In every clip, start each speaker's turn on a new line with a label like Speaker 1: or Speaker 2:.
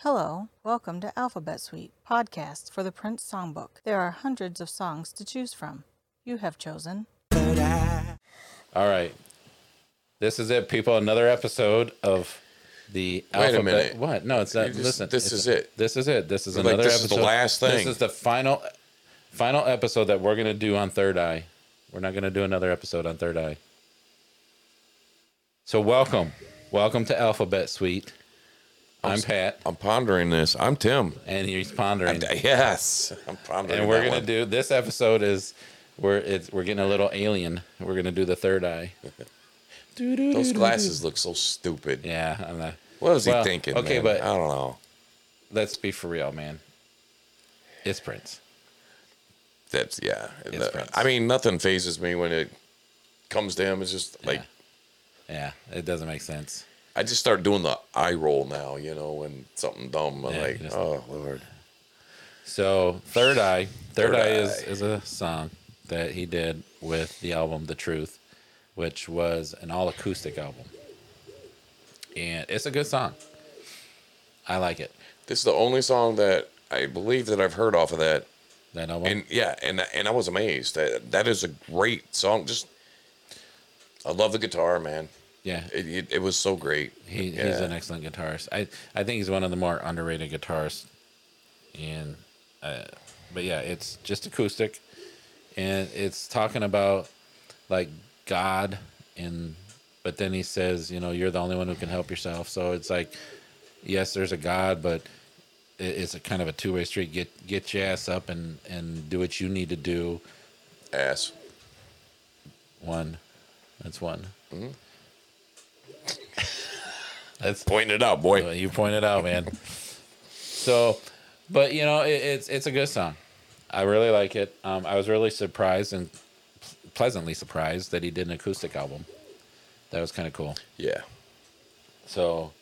Speaker 1: Hello, welcome to Alphabet Suite, podcast for the Prince Songbook. There are hundreds of songs to choose from. You have chosen.
Speaker 2: All right. This is it, people. Another episode of the
Speaker 3: Wait a
Speaker 2: alphabet.
Speaker 3: minute.
Speaker 2: What? No, it's not.
Speaker 3: You just-
Speaker 2: listen.
Speaker 3: this
Speaker 2: it's-
Speaker 3: is it.
Speaker 2: This is it. This is
Speaker 3: Like,
Speaker 2: another
Speaker 3: this
Speaker 2: episode.
Speaker 3: is the last
Speaker 2: This
Speaker 3: thing.
Speaker 2: is the final final episode that we're going to do on Third Eye. We're not going to do another episode on Third Eye. So, welcome. Welcome to Alphabet Suite. I'm Pat,
Speaker 3: I'm pondering this. I'm Tim.
Speaker 2: and he's pondering.
Speaker 3: Yes, I'm pondering.
Speaker 2: and we're
Speaker 3: that
Speaker 2: gonna
Speaker 3: one.
Speaker 2: do this episode is we're it's we're getting a little alien. We're gonna do the third eye.
Speaker 3: Those glasses look so stupid.
Speaker 2: Yeah, I'm not,
Speaker 3: What was
Speaker 2: Well,
Speaker 3: he thinking?
Speaker 2: okay,
Speaker 3: man?
Speaker 2: but-
Speaker 3: I don't know.
Speaker 2: let's be for real, man. It's Prince.
Speaker 3: That's yeah.
Speaker 2: It's
Speaker 3: The-
Speaker 2: Prince.
Speaker 3: I mean, nothing phases me when it comes to him. It's just like
Speaker 2: Yeah, it doesn't make sense.
Speaker 3: I just start doing the eye roll now. You know, when something dumb, I'm
Speaker 2: Yeah,
Speaker 3: like,
Speaker 2: you just-
Speaker 3: oh lord.
Speaker 2: So third eye, third,
Speaker 3: Third
Speaker 2: eye, is
Speaker 3: Eye.
Speaker 2: is a song that he did with the album The Truth, which was an all acoustic album, and it's a good song. I like it.
Speaker 3: This is the only song that I believe that I've heard off of that.
Speaker 2: That album.
Speaker 3: And yeah, and and I was amazed. That that is a great song. Just I love the guitar, man.
Speaker 2: yeah,
Speaker 3: It, it, it was so great.
Speaker 2: He, He's
Speaker 3: Yeah.
Speaker 2: an excellent guitarist. I, I think he's one of the more underrated guitarists. And, uh, but yeah, it's just acoustic, and it's talking about like God and, but then he says, you know, you're the only one who can help yourself. So it's like, yes, there's a God, but it, it's a kind of a two way street. Get get your ass up and and do what you need to do.
Speaker 3: ass.
Speaker 2: One, that's one. That's
Speaker 3: Pointing it out, boy.
Speaker 2: Well, you pointed out, man. so, but you know, it, it's it's a good song. I really like it. Um, I was really surprised and pleasantly surprised that he did an acoustic album. That was kind of cool.
Speaker 3: Yeah.
Speaker 2: So,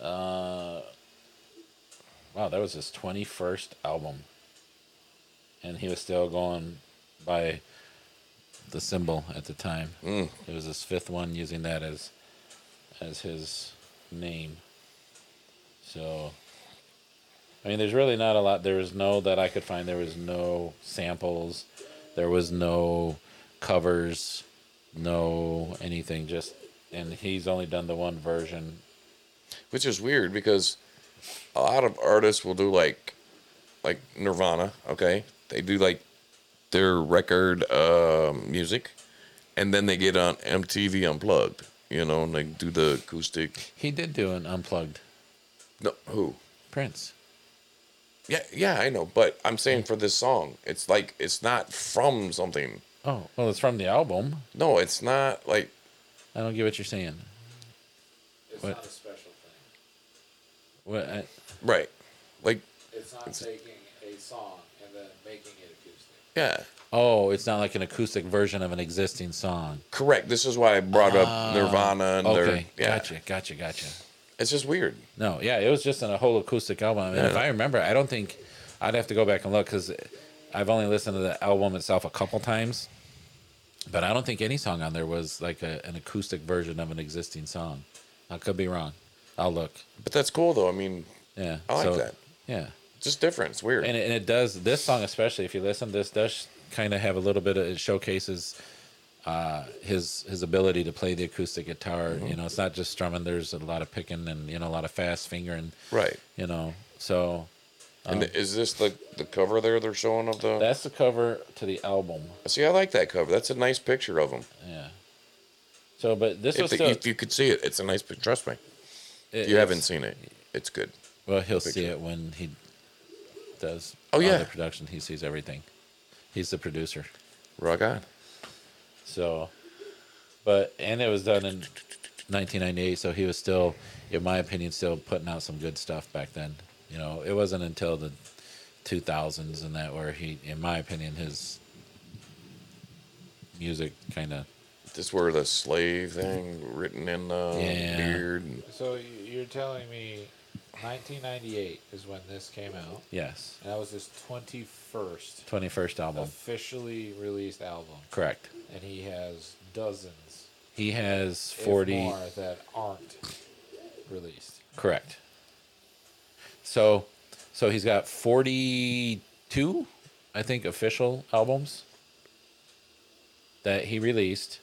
Speaker 2: uh, wow, that was his 21st album. And he was still going by the symbol at the time. It was his fifth one using that as as his name. So I mean there's really not a lot there was no that I could find there was no samples, there was no covers, no anything just and he's only done the one version
Speaker 3: Which is weird because a lot of artists will do like like Nirvana, okay? They do like their record uh, music and then they get on MTV unplugged, you know, and they do the acoustic
Speaker 2: He did do an unplugged
Speaker 3: No who?
Speaker 2: Prince.
Speaker 3: Yeah, yeah, I know, but I'm saying for this song, it's like it's not from something.
Speaker 2: Oh, well, it's from the album.
Speaker 3: No, it's not like
Speaker 2: I don't get what you're saying.
Speaker 4: It's
Speaker 2: What?
Speaker 4: not a special thing.
Speaker 2: What? I,
Speaker 3: right. Like
Speaker 4: It's not taking a song and then making it acoustic.
Speaker 3: yeah.
Speaker 2: oh, it's not like an acoustic version of an existing song.
Speaker 3: Correct. This is why I brought up Nirvana and their
Speaker 2: Ah, Okay,
Speaker 3: yeah.
Speaker 2: gotcha, gotcha, gotcha.
Speaker 3: It's just weird.
Speaker 2: No, yeah, it was just in a whole acoustic album. And if
Speaker 3: Yeah.
Speaker 2: I remember, I don't think I'd have to go back and look because I've only listened to the album itself a couple times. But I don't think any song on there was like a, an acoustic version of an existing song. I could be wrong. I'll look.
Speaker 3: But that's cool though. I mean,
Speaker 2: Yeah.
Speaker 3: I like that.
Speaker 2: Yeah.
Speaker 3: just different. It's weird.
Speaker 2: and it, and it does this song especially if you listen this does kind of have a little bit of it showcases uh his his ability to play the acoustic guitar
Speaker 3: Mm-hmm.
Speaker 2: you know it's not just strumming there's a lot of picking and you know a lot of fast fingering
Speaker 3: right.
Speaker 2: you know so
Speaker 3: and
Speaker 2: um,
Speaker 3: is this the the cover there they're showing of the?
Speaker 2: that's the cover to the album
Speaker 3: see, I like that cover. That's a nice picture of him.
Speaker 2: yeah so but this
Speaker 3: If,
Speaker 2: was
Speaker 3: the,
Speaker 2: still,
Speaker 3: if you could see it, it's a nice picture. Trust me.
Speaker 2: it-
Speaker 3: If you
Speaker 2: it's-
Speaker 3: haven't seen it, it's good.
Speaker 2: well he'll see
Speaker 3: picture.
Speaker 2: it when he does
Speaker 3: Oh,
Speaker 2: all
Speaker 3: yeah.
Speaker 2: the production he sees everything he's the producer
Speaker 3: Rock on.
Speaker 2: So, but and it was done in 1998, so he was still, in my opinion, still putting out some good stuff back then. You know, it wasn't until the 2000s and that where he, in my opinion, his music kind of
Speaker 3: This where the slave thing written in the
Speaker 2: Yeah.
Speaker 3: beard. And,
Speaker 4: So y- you're telling me 1998 is when this came out,
Speaker 2: yes,
Speaker 4: and that was his 21st
Speaker 2: 21st album,
Speaker 4: officially released album,
Speaker 2: correct.
Speaker 4: and he has dozens,
Speaker 2: He has
Speaker 4: if
Speaker 2: 40,
Speaker 4: more that aren't released.
Speaker 2: correct. So, so he's got 42, I think, official albums that he released,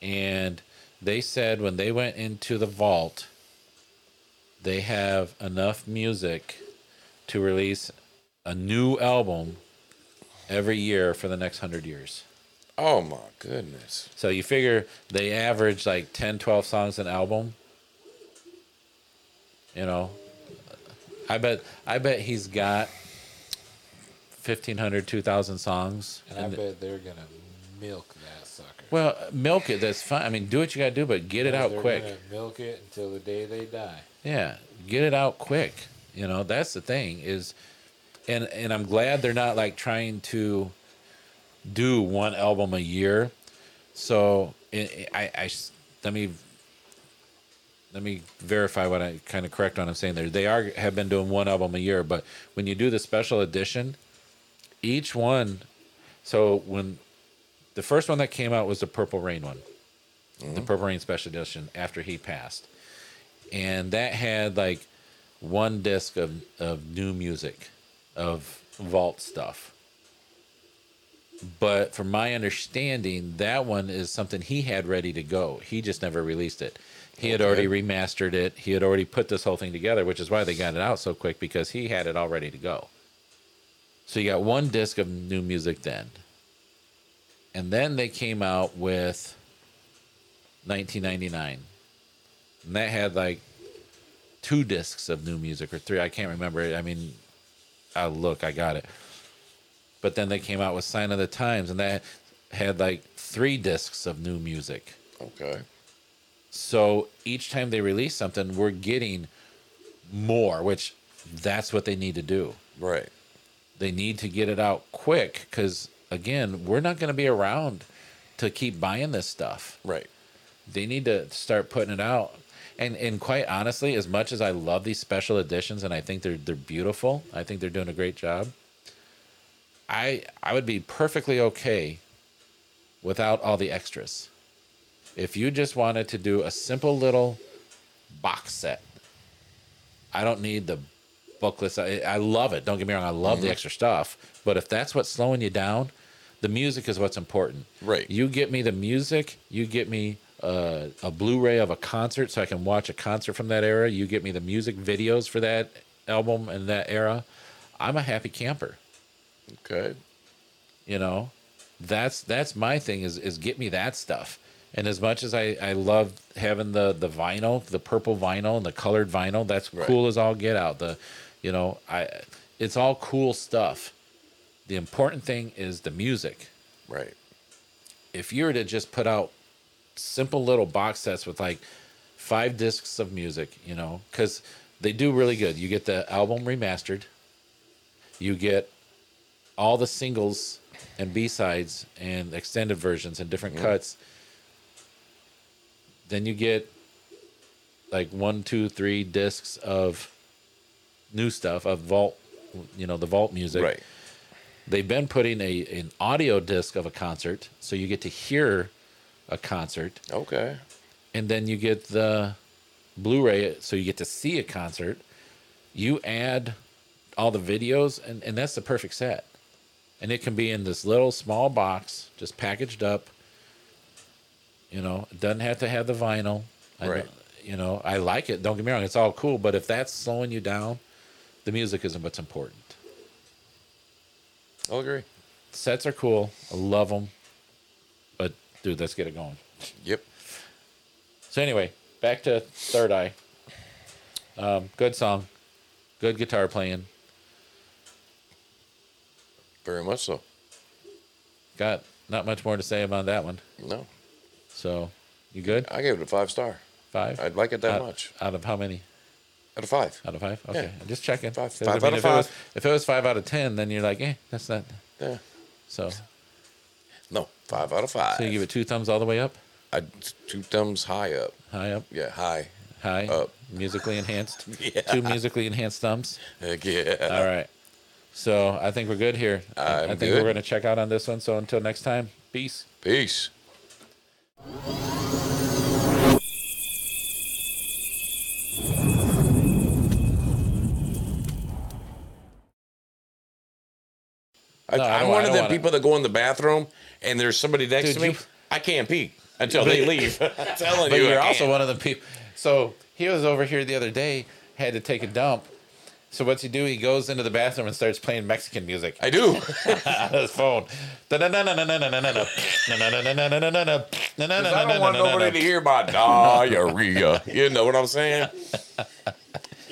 Speaker 2: and they said when they went into the vault, they have enough music to release a new album every year for the next hundred years.
Speaker 3: Oh my goodness.
Speaker 2: So you figure they average like 10, 12 songs an album. You know, I bet I bet he's got 1,500, 2,000 songs.
Speaker 4: And I bet they're gonna milk that sucker.
Speaker 2: well, milk it. That's fine. I mean, do what you got to do, but get it out
Speaker 4: They're
Speaker 2: quick.
Speaker 4: gonna milk it until the day they die.
Speaker 2: Yeah, get it out quick. You know, that's the thing is, and and I'm glad they're not like trying to do one album a year. So i I, I s- let me let me verify what I kind of correct on. I'm saying there they are have been doing one album a year, but when you do the special edition, each one. So when the first one that came out was the Purple Rain one, the Purple Rain special edition after he passed and that had like one disc of, of new music of vault stuff but from my understanding that one is something he had ready to go he just never released it he had already remastered it he had already put this whole thing together which is why they got it out so quick because he had it all ready to go so you got one disc of new music then and then they came out with 1999 and that had like two discs of new music or three. I can't remember it. I mean, I look, I got it. But then they came out with Sign of the Times, and that had like three discs of new music.
Speaker 3: Okay.
Speaker 2: So each time they release something, we're getting more, which that's what they need to do.
Speaker 3: Right.
Speaker 2: They need to get it out quick because, again, we're not going to be around to keep buying this stuff
Speaker 3: Right.
Speaker 2: they need to start putting it out. And and quite honestly, as much as I love these special editions and I think they're they're beautiful, I think they're doing a great job. I I would be perfectly okay without all the extras. If you just wanted to do a simple little box set, I don't need the booklets. I, I love it. Don't get me wrong. I love the extra stuff. But if that's what's slowing you down, the music is what's important.
Speaker 3: Right.
Speaker 2: You get me the music. You get me uh, a Blu-ray of a concert, so I can watch a concert from that era. You get me the music videos for that album and that era. I'm a happy camper.
Speaker 3: Okay.
Speaker 2: You know, that's that's my thing. Is is get me that stuff. And as much as I, I love having the, the vinyl, the purple vinyl and the colored vinyl, that's
Speaker 3: Right.
Speaker 2: cool as all get out. The, you know, I, it's all cool stuff. The important thing is the music
Speaker 3: Right.
Speaker 2: if you were to just put out simple little box sets with like five discs of music, you know, because they do really good. You get the album remastered, you get all the singles and B sides and extended versions and different cuts. Then you get like one, two, three discs of new stuff of vault, you know, the vault music
Speaker 3: Right.
Speaker 2: they've been putting a an audio disc of a concert, so you get to hear a concert,
Speaker 3: Okay.
Speaker 2: and then you get the Blu-ray, so you get to see a concert. You add all the videos, and, and that's the perfect set. And it can be in this little small box, just packaged up. You know, it doesn't have to have the vinyl. I
Speaker 3: Right.
Speaker 2: know- you know, I like it. Don't get me wrong; it's all cool. But if that's slowing you down, the music isn't what's important
Speaker 3: I'll agree.
Speaker 2: sets are cool. I love them. But dude, let's get it going.
Speaker 3: Yep.
Speaker 2: So anyway, back to Third Eye. Um, good song, good guitar playing.
Speaker 3: Very much so.
Speaker 2: Got not much more to say about that one.
Speaker 3: No.
Speaker 2: So you good?
Speaker 3: I gave it a five star.
Speaker 2: Five.
Speaker 3: I'd like it that
Speaker 2: Out-
Speaker 3: much.
Speaker 2: Out of how many?
Speaker 3: Out of five.
Speaker 2: Out of five? Okay,
Speaker 3: Yeah.
Speaker 2: I'm just checking.
Speaker 3: Five-
Speaker 2: 'Cause,
Speaker 3: five out
Speaker 2: if
Speaker 3: of
Speaker 2: It
Speaker 3: five.
Speaker 2: was, if it was five out of ten, then you're like, eh, that's not.
Speaker 3: Yeah.
Speaker 2: So,
Speaker 3: No. Five out of five.
Speaker 2: so you give it two thumbs all the way up,
Speaker 3: I two thumbs high up.
Speaker 2: high up,
Speaker 3: Yeah, high.
Speaker 2: high,
Speaker 3: Up.
Speaker 2: musically enhanced.
Speaker 3: Yeah.
Speaker 2: Two musically enhanced thumbs.
Speaker 3: Heck yeah.
Speaker 2: All right. So I think we're good here. I- I
Speaker 3: I'm
Speaker 2: think
Speaker 3: good.
Speaker 2: we're going to check out on this one. So until next time, peace.
Speaker 3: Peace. Like,
Speaker 2: No, I
Speaker 3: I'm
Speaker 2: don't- I
Speaker 3: one of
Speaker 2: don't
Speaker 3: them
Speaker 2: wanna-
Speaker 3: people that go in the bathroom and there's somebody next
Speaker 2: Dude,
Speaker 3: to me.
Speaker 2: you-
Speaker 3: I can't pee until they leave. I'm telling
Speaker 2: But
Speaker 3: you,
Speaker 2: you're
Speaker 3: I
Speaker 2: also
Speaker 3: can't.
Speaker 2: one of the people. So he was over here the other day, had to take a dump. So what's he do? He goes into the bathroom and starts playing Mexican music
Speaker 3: I do.
Speaker 2: on his phone.
Speaker 3: I don't want nobody to
Speaker 2: That's
Speaker 3: hear my diarrhea. You know what I'm saying?